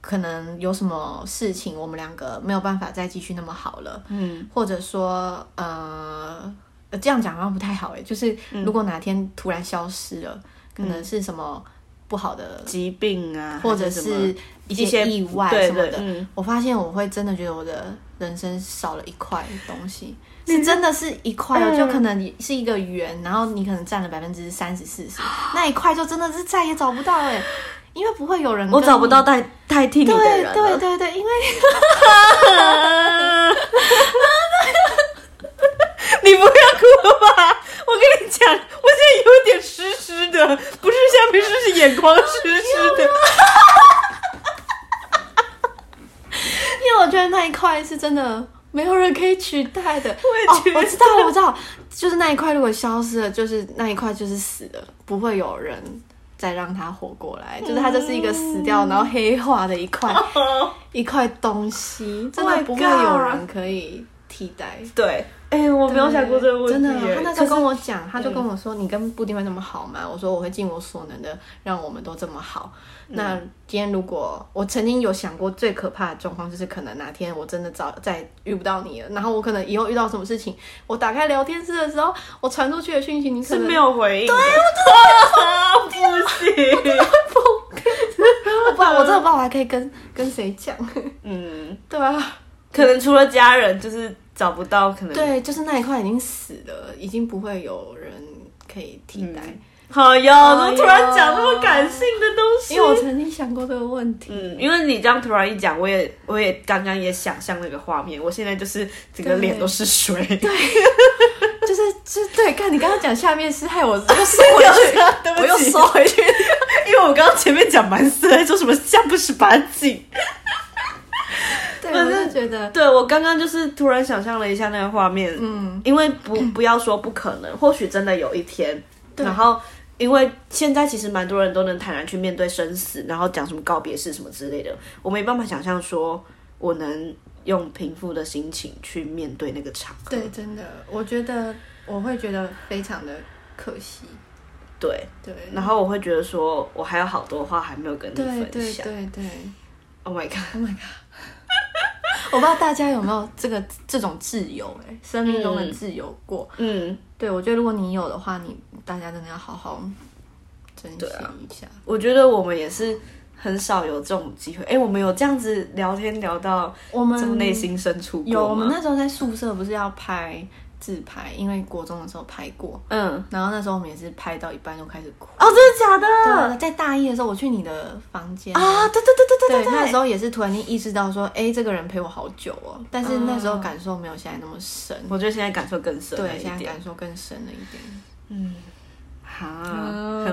[SPEAKER 2] 可能有什么事情，我们两个没有办法再继续那么好了，
[SPEAKER 1] 嗯，
[SPEAKER 2] 或者说，呃，呃这样讲好像不太好诶，就是
[SPEAKER 1] 嗯
[SPEAKER 2] 如果哪天突然消失了，可能是什么不好的，
[SPEAKER 1] 疾病啊，
[SPEAKER 2] 或者
[SPEAKER 1] 还嗯什么
[SPEAKER 2] 是
[SPEAKER 1] 一
[SPEAKER 2] 一
[SPEAKER 1] 些
[SPEAKER 2] 些意外
[SPEAKER 1] 对
[SPEAKER 2] 什么
[SPEAKER 1] 对
[SPEAKER 2] 的，
[SPEAKER 1] 嗯
[SPEAKER 2] 我发现我会真的觉得我的人生少了一块东西，是真的是一块哦，
[SPEAKER 1] 嗯
[SPEAKER 2] 就可能是一个圆，然后你可能占了百分之三十四十，那一块就真的是再也找不到哎、因为不会有人跟
[SPEAKER 1] 我找不到
[SPEAKER 2] 你
[SPEAKER 1] 代代替你的人
[SPEAKER 2] 嗯
[SPEAKER 1] 啊
[SPEAKER 2] 对
[SPEAKER 1] 了。
[SPEAKER 2] 对对对，因为
[SPEAKER 1] 你不要哭了吧！我跟你讲，我现在有点湿湿的，不是下面湿，是眼眶湿湿的。
[SPEAKER 2] 因为我觉得那一块是真的没有人可以取代的。
[SPEAKER 1] 我也觉得
[SPEAKER 2] 哦、我知道了，我知道，就是那一块如果消失了，就是那一块就是死了，不会有人再让它活过来，就是它就是一个死
[SPEAKER 1] 嗯
[SPEAKER 2] 掉然后黑化的一块、 一块东西，真的
[SPEAKER 1] Oh my
[SPEAKER 2] 不会有人可以替代。
[SPEAKER 1] 对，哎、我没有想过这个问题
[SPEAKER 2] 真的啊
[SPEAKER 1] 耶。，
[SPEAKER 2] 他那时候
[SPEAKER 1] 可
[SPEAKER 2] 跟
[SPEAKER 1] 是
[SPEAKER 2] 我讲，他就跟我说：“你跟布丁曼那么好吗？”我说：“我会尽我所能的，让我们都这么好。
[SPEAKER 1] 嗯
[SPEAKER 2] 那今天如果我曾经有想过，最可怕的状况就是可能哪天我真的找再遇不到你了，然后我可能以后遇到什么事情，我打开聊天室的时候，我传出去的讯息，你可
[SPEAKER 1] 是
[SPEAKER 2] 能
[SPEAKER 1] 没有回应的。对，
[SPEAKER 2] 啊
[SPEAKER 1] 我真的不行。
[SPEAKER 2] 我不然我真的不知道我还可以跟跟谁讲，
[SPEAKER 1] 嗯，
[SPEAKER 2] 对啊？
[SPEAKER 1] 可能除了家人，就是找不到，可能。
[SPEAKER 2] 对，就是那一块已经死了，已经不会有人可以替代。
[SPEAKER 1] 嗯好呀，怎么突
[SPEAKER 2] 哎
[SPEAKER 1] 然
[SPEAKER 2] 呦
[SPEAKER 1] 讲那么感性的东西？
[SPEAKER 2] 因为我曾经想过这个问题，
[SPEAKER 1] 嗯，因为你这样突然一讲，我也我也刚刚也想象那个画面，我现在就是整个脸都是水，
[SPEAKER 2] 就是就是对，看你刚刚讲下面是 害我又收回去，
[SPEAKER 1] 对不起
[SPEAKER 2] 我又收回去，
[SPEAKER 1] 因为我刚刚前面讲蛮色，说什么下不是板紧，
[SPEAKER 2] 对，我就觉得
[SPEAKER 1] 对我刚刚就是突然想象了一下那个画面，嗯，因为不不要说不可 能，或许真的有一天，然后因为现在其实蛮多人都能坦然去面对生死，然后讲什么告别式什么之类的，我没办法想象说我能用平复的心情去面对那个场合，
[SPEAKER 2] 对，真的，我觉得我会觉得非常的可惜，
[SPEAKER 1] 对，
[SPEAKER 2] 对，
[SPEAKER 1] 然后我会觉得说我还有好多话还没有跟你
[SPEAKER 2] 对
[SPEAKER 1] 分
[SPEAKER 2] 对
[SPEAKER 1] 享
[SPEAKER 2] 对对，
[SPEAKER 1] ，Oh my god，
[SPEAKER 2] 我不知道大家有没有这个这种自由、哎，生命中的自由过，
[SPEAKER 1] 嗯。
[SPEAKER 2] 对我觉得如果你有的话，你大家真的要好好珍惜一下，
[SPEAKER 1] 我觉得我们也是很少有这种机会。哎，我们有这样子聊天聊到
[SPEAKER 2] 我们
[SPEAKER 1] 这么内心深处过
[SPEAKER 2] 嗯有，我们
[SPEAKER 1] 吗
[SPEAKER 2] 那时候在宿舍不是要拍自拍，因为国中的时候拍过，
[SPEAKER 1] 嗯，
[SPEAKER 2] 然后那时候我们也是拍到一半就开始哭。
[SPEAKER 1] 哦，真的假的？
[SPEAKER 2] 对，在大一的时候，我去你的房间
[SPEAKER 1] 啊，对对对对
[SPEAKER 2] 对，
[SPEAKER 1] 对，
[SPEAKER 2] 那时
[SPEAKER 1] 候
[SPEAKER 2] 候也是突然间意识到说，哎、这个人陪我好久哦，但是那时候感受没有现在那么深，
[SPEAKER 1] 我觉得现在感受更深了
[SPEAKER 2] 对，
[SPEAKER 1] 一
[SPEAKER 2] 现在
[SPEAKER 1] 点。
[SPEAKER 2] 感受更深了一点。
[SPEAKER 1] 哈，
[SPEAKER 2] 嗯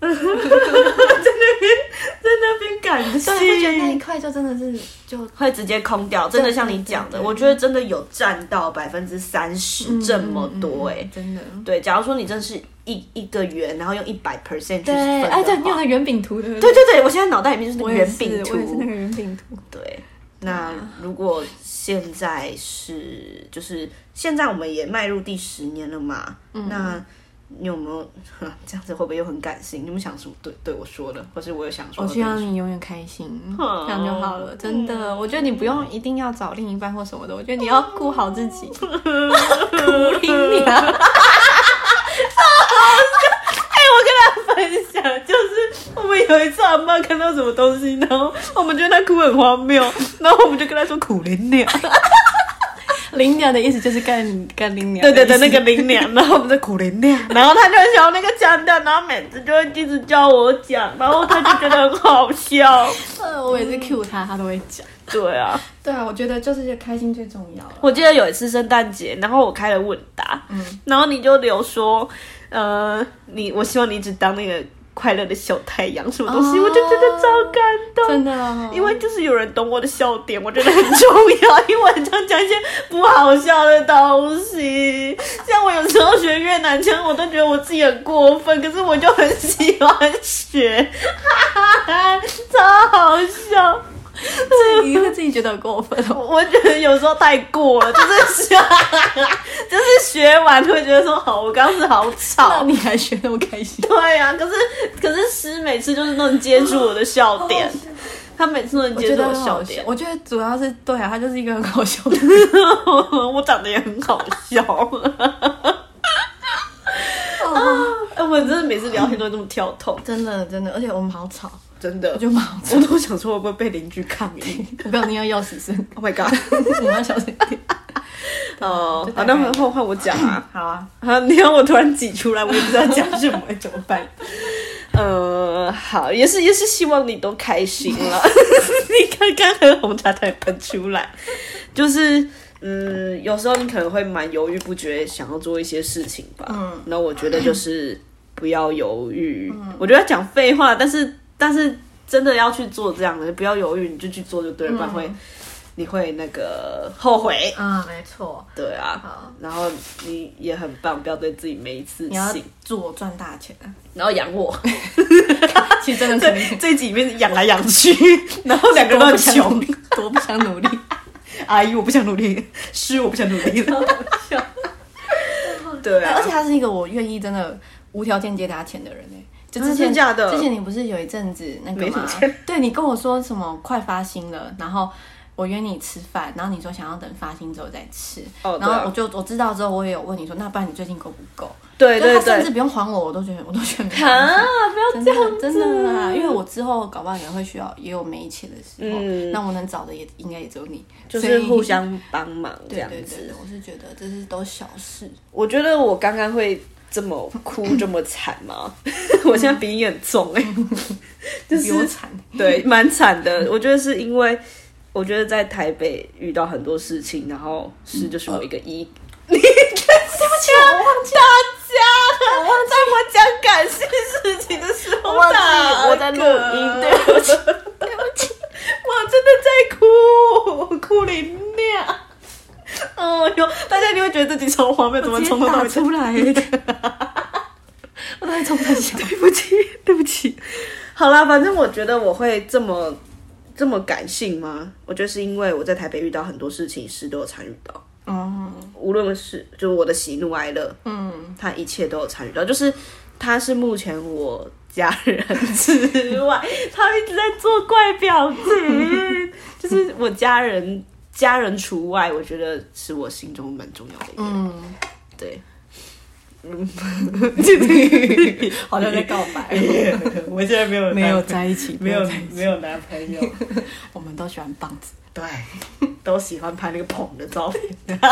[SPEAKER 1] 呃在那边在那边感性，
[SPEAKER 2] 对，嗯就觉得那一块就真的是就
[SPEAKER 1] 会直接空掉，真的像你
[SPEAKER 2] 对对
[SPEAKER 1] 讲的，
[SPEAKER 2] 对
[SPEAKER 1] 我觉得真的有占到百分之三十这么多哎、
[SPEAKER 2] 嗯嗯嗯真的。
[SPEAKER 1] 对，假如说你真是一一个圆，然后用一百 percent 去分
[SPEAKER 2] 对，
[SPEAKER 1] 的
[SPEAKER 2] 哎，对，你有
[SPEAKER 1] 话
[SPEAKER 2] 那圆饼图对不
[SPEAKER 1] 对对对，我现在脑袋里面就是那
[SPEAKER 2] 我
[SPEAKER 1] 个
[SPEAKER 2] 也
[SPEAKER 1] 圆
[SPEAKER 2] 是
[SPEAKER 1] 饼
[SPEAKER 2] 我也是
[SPEAKER 1] 图。
[SPEAKER 2] 那个圆饼图。
[SPEAKER 1] 对，那如果现在是就是现在我们也迈入第十年了嘛，那你有没有 这样子会不会又很感性？你们想什么对对我说的，或是我有想说
[SPEAKER 2] 我
[SPEAKER 1] 的对
[SPEAKER 2] 希
[SPEAKER 1] 你
[SPEAKER 2] 望
[SPEAKER 1] 说
[SPEAKER 2] 你永远开心，
[SPEAKER 1] 哦
[SPEAKER 2] 这样就好了。真的，我觉得你不用一定要找另一半或什么的，我觉得你要顾好自 己。苦灵你啊！
[SPEAKER 1] 我跟他分享，就是我们有一次阿妈看到什么东西，然后我们觉得她哭很荒谬，然后我们就跟她说苦灵鸟，
[SPEAKER 2] 灵鸟的意思就是干干灵鸟。
[SPEAKER 1] 对对对，那个灵鸟，然后我们就苦灵鸟， 然后她就很喜欢那个腔调，然后每次就会一直教我讲，然后她就觉得很好 笑。
[SPEAKER 2] 呃，我每次 Q 他，他都会讲。
[SPEAKER 1] 对啊，
[SPEAKER 2] 对啊，我觉得就是开心最重要了。
[SPEAKER 1] 我记得有一次圣诞节，然后我开了问答，嗯，然后你就留说，呃，你我希望你一直当那个快乐的小太阳，什么东西，
[SPEAKER 2] 哦
[SPEAKER 1] 我就觉得超感动，
[SPEAKER 2] 真的哦
[SPEAKER 1] 因为就是有人懂我的笑点，我觉得很重要，因为我很常讲一些不好笑的东西。像我有时候学越南腔，我都觉得我自己很过分，可是我就很喜欢学，哈哈哈，超好笑。
[SPEAKER 2] 自己会自己觉得很过分哦。
[SPEAKER 1] 我我觉得有时候太过了，就是学，就是学完会觉得说好，我刚刚是好
[SPEAKER 2] 那
[SPEAKER 1] 吵。
[SPEAKER 2] 你还学那么开心？
[SPEAKER 1] 对呀、可是可是诗每次就是能接住我的笑点，他每次都能
[SPEAKER 2] 我
[SPEAKER 1] 接
[SPEAKER 2] 觉
[SPEAKER 1] 住我
[SPEAKER 2] 得很
[SPEAKER 1] 的笑
[SPEAKER 2] 好笑
[SPEAKER 1] 点，。
[SPEAKER 2] 我觉得主要是对啊，他就是一个很好笑的人。
[SPEAKER 1] 我长得也很好笑。 哎，我真的每次聊天都会这么跳痛，
[SPEAKER 2] 真的真的，而且我们好吵，
[SPEAKER 1] 真的
[SPEAKER 2] 我觉得蛮好吵。
[SPEAKER 1] 我都想说我会不会被邻居抗 议。
[SPEAKER 2] 我告诉你要钥匙声，
[SPEAKER 1] Oh my god！
[SPEAKER 2] 我们要小声一点。
[SPEAKER 1] 哦，好，
[SPEAKER 2] 大概
[SPEAKER 1] 那换换我讲啊。
[SPEAKER 2] 好啊，
[SPEAKER 1] 啊！你让我突然挤出来，我也不知道讲什么，怎么 办？呃，好，也是也是希望你都开心了。 你刚刚喝红茶才喷出来，就是嗯，有时候你可能会蛮犹豫不决，想要做一些事情吧。嗯，那我觉得就是不要犹豫。
[SPEAKER 2] 嗯
[SPEAKER 1] 我觉得讲废话，但是但是真的要去做这样的，不要犹豫，你就去做就对了，不然会你会那个后悔。
[SPEAKER 2] 嗯，没错，
[SPEAKER 1] 对啊
[SPEAKER 2] 好，
[SPEAKER 1] 然后你也很棒，不要对自己没自
[SPEAKER 2] 你要
[SPEAKER 1] 信，
[SPEAKER 2] 祝我赚大钱啊！
[SPEAKER 1] 然后养 我，
[SPEAKER 2] 其实真的可
[SPEAKER 1] 对，
[SPEAKER 2] 以，
[SPEAKER 1] 这集里面养来养去，然后两个都很穷。，
[SPEAKER 2] 多不想努力。
[SPEAKER 1] 阿姨，我不想努力，师，我不想努力 了。对啊，
[SPEAKER 2] 哎而且他是一个我愿意真的无条件借他钱的人哎、就之
[SPEAKER 1] 啊真
[SPEAKER 2] 前、
[SPEAKER 1] 的假的
[SPEAKER 2] 之前你不是有一阵子那个
[SPEAKER 1] 没什么
[SPEAKER 2] 吗
[SPEAKER 1] 钱？
[SPEAKER 2] 对你跟我说什么快发薪了，然后我约你吃饭，然后你说想要等发薪之后再吃，
[SPEAKER 1] 哦
[SPEAKER 2] 然
[SPEAKER 1] 对啊
[SPEAKER 2] 后我就我知道之后我也有问你说，那不然你最近够不够？
[SPEAKER 1] 对哎对
[SPEAKER 2] 就他甚至
[SPEAKER 1] 对，
[SPEAKER 2] 不用还我，我都觉得我都觉得没关系
[SPEAKER 1] 啊，不要
[SPEAKER 2] 真的真的啦，因为我之后搞不好也会需要，也有没钱的时候，
[SPEAKER 1] 嗯
[SPEAKER 2] 那我能找的也应该也只有你，
[SPEAKER 1] 就
[SPEAKER 2] 所
[SPEAKER 1] 是
[SPEAKER 2] 以
[SPEAKER 1] 互相帮忙这
[SPEAKER 2] 对
[SPEAKER 1] 样
[SPEAKER 2] 对
[SPEAKER 1] 子
[SPEAKER 2] 对，。我是觉得这是都小事，
[SPEAKER 1] 我觉得我刚刚会这么哭这么惨吗？ 我现在鼻音很重哎、就是
[SPEAKER 2] 比我惨。
[SPEAKER 1] 对， 蛮惨的。我觉得是因为，我觉得在台北遇到很多事情，然后
[SPEAKER 2] 嗯
[SPEAKER 1] 是就是
[SPEAKER 2] 呃
[SPEAKER 1] 我一个一。 你对不起，我忘记大家了。我在我讲感谢事情的时候，
[SPEAKER 2] 忘记我在录音对
[SPEAKER 1] 不起， 对不起，我真的在哭，哭林亮。哦哟，大家你会觉得自己超荒谬，怎么从头到尾
[SPEAKER 2] 直接打 出来？我到底从不想？
[SPEAKER 1] 对不起，对不起。好啦，反正我觉得我会这么这么感性吗？我觉得是因为我在台北遇到很多事情，是都有参与到，
[SPEAKER 2] 哦，
[SPEAKER 1] 无论是就是我的喜怒哀乐，嗯，他一切都有参与到，就是他是目前我家人之外， 他一直在做怪表情，就是我家人家人除外，我觉得是我心中蛮重要的一个人，
[SPEAKER 2] 嗯，
[SPEAKER 1] 对。
[SPEAKER 2] 好像在告白。
[SPEAKER 1] 我现在没有
[SPEAKER 2] 嗯没有 在一起，没有在一起，
[SPEAKER 1] 没有男朋 友，
[SPEAKER 2] 我们都喜欢棒子。
[SPEAKER 1] 对，都喜欢拍那个捧的照片。想说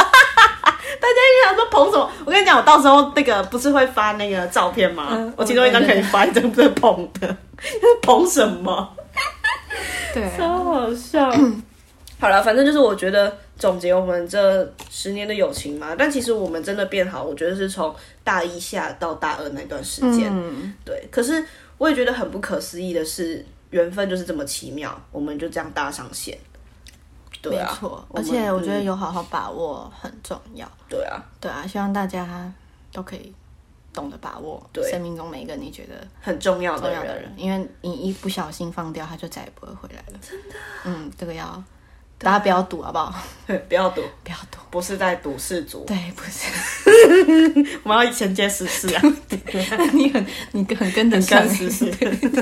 [SPEAKER 1] 捧什么？我跟你讲，我到时候那个不是会发那个照片吗？
[SPEAKER 2] 嗯
[SPEAKER 1] 我其中一张可以发，一张不是捧的， 捧什么？
[SPEAKER 2] 对，
[SPEAKER 1] 超好笑。好了，反正就是我觉得总结我们这十年的友情嘛，但其实我们真的变好，我觉得是从大一下到大二那段时间，
[SPEAKER 2] 嗯，
[SPEAKER 1] 对。可是我也觉得很不可思议的是，缘分就是这么奇妙，我们就这样搭上线。对
[SPEAKER 2] 没
[SPEAKER 1] 啊，
[SPEAKER 2] 错。
[SPEAKER 1] 我
[SPEAKER 2] 而
[SPEAKER 1] 们
[SPEAKER 2] 且我觉得
[SPEAKER 1] 嗯
[SPEAKER 2] 有好好把握很重要。
[SPEAKER 1] 对啊，
[SPEAKER 2] 对啊，希望大家都可以懂得把握
[SPEAKER 1] 对
[SPEAKER 2] 生命中每一个你觉得
[SPEAKER 1] 很重要的
[SPEAKER 2] 重要
[SPEAKER 1] 人，
[SPEAKER 2] 的人，因为你一不小心放掉，他就再也不会回来了。真的，嗯，这个要
[SPEAKER 1] 啊
[SPEAKER 2] 大家不要赌好不好？
[SPEAKER 1] 不要赌，
[SPEAKER 2] 不要赌。
[SPEAKER 1] 不是在赌氏族，
[SPEAKER 2] 对，不是
[SPEAKER 1] 我们要衔接时事啊，
[SPEAKER 2] 你很你很跟得上
[SPEAKER 1] 跟时事。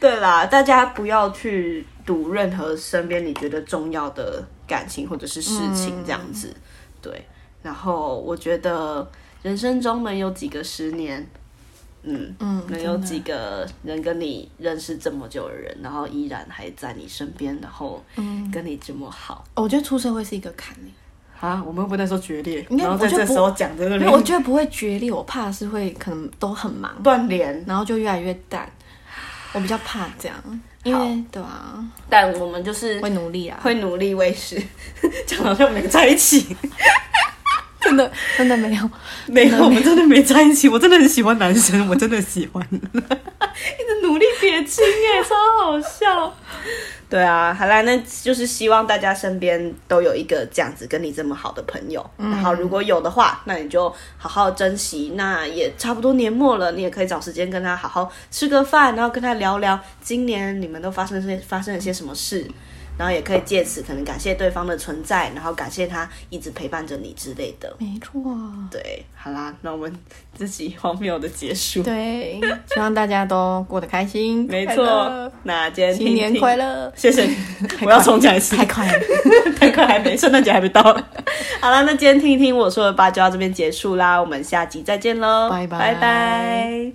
[SPEAKER 1] 对啦，大家不要去赌任何身边你觉得重要的感情或者是事
[SPEAKER 2] 嗯
[SPEAKER 1] 情这样子。对，然后我觉得人生中能有几个十年，嗯
[SPEAKER 2] 嗯
[SPEAKER 1] 能有几个人跟你认识这么久的人，然后依然还在你身边，然后
[SPEAKER 2] 嗯
[SPEAKER 1] 跟你这么好
[SPEAKER 2] 哦我觉得出社会是一个坎欸
[SPEAKER 1] 啊？我们又不在说决裂，
[SPEAKER 2] 应该
[SPEAKER 1] 然后在
[SPEAKER 2] 我就
[SPEAKER 1] 这
[SPEAKER 2] 不
[SPEAKER 1] 时候讲这个
[SPEAKER 2] 没有，我觉得不会决裂，我怕是会可能都很忙，
[SPEAKER 1] 断联，
[SPEAKER 2] 然后就越来越淡。我比较怕这样，因为对啊，
[SPEAKER 1] 但我们就是
[SPEAKER 2] 会努力啊，
[SPEAKER 1] 会努力维持， 讲好像没在一起，
[SPEAKER 2] 真的真 的没有，
[SPEAKER 3] 没有，我们真的没在一起。我真的很喜欢男生，我真的喜 欢。
[SPEAKER 1] 努力撇清哎，超好笑。对啊，好啦，那就是希望大家身边都有一个这样子跟你这么好的朋友。然后如果有的话，那你就好好珍惜。那也差不多年末了，你也可以找时间跟他好好吃个饭，然后跟他聊聊今年你们都发生些发生了些什么事，然后也可以借此可能感谢对方的存在，然后感谢他一直陪伴着你之类的。
[SPEAKER 2] 没错，
[SPEAKER 1] 对，好啦，那我们自己荒谬的结束。
[SPEAKER 2] 对，希望大家都过得开心，
[SPEAKER 1] 没
[SPEAKER 2] 快
[SPEAKER 1] 错
[SPEAKER 2] 乐，
[SPEAKER 1] 那今天
[SPEAKER 2] 新年
[SPEAKER 1] 听
[SPEAKER 2] 快，乐，
[SPEAKER 1] 谢谢你，我要重讲一 次，
[SPEAKER 2] 太快了，
[SPEAKER 1] 太快还没，圣诞节还没到。 好啦，那今天听一听我说的吧，就到这边结束啦，我们下集再见喽，
[SPEAKER 2] 拜
[SPEAKER 1] 拜
[SPEAKER 2] 拜
[SPEAKER 1] 拜。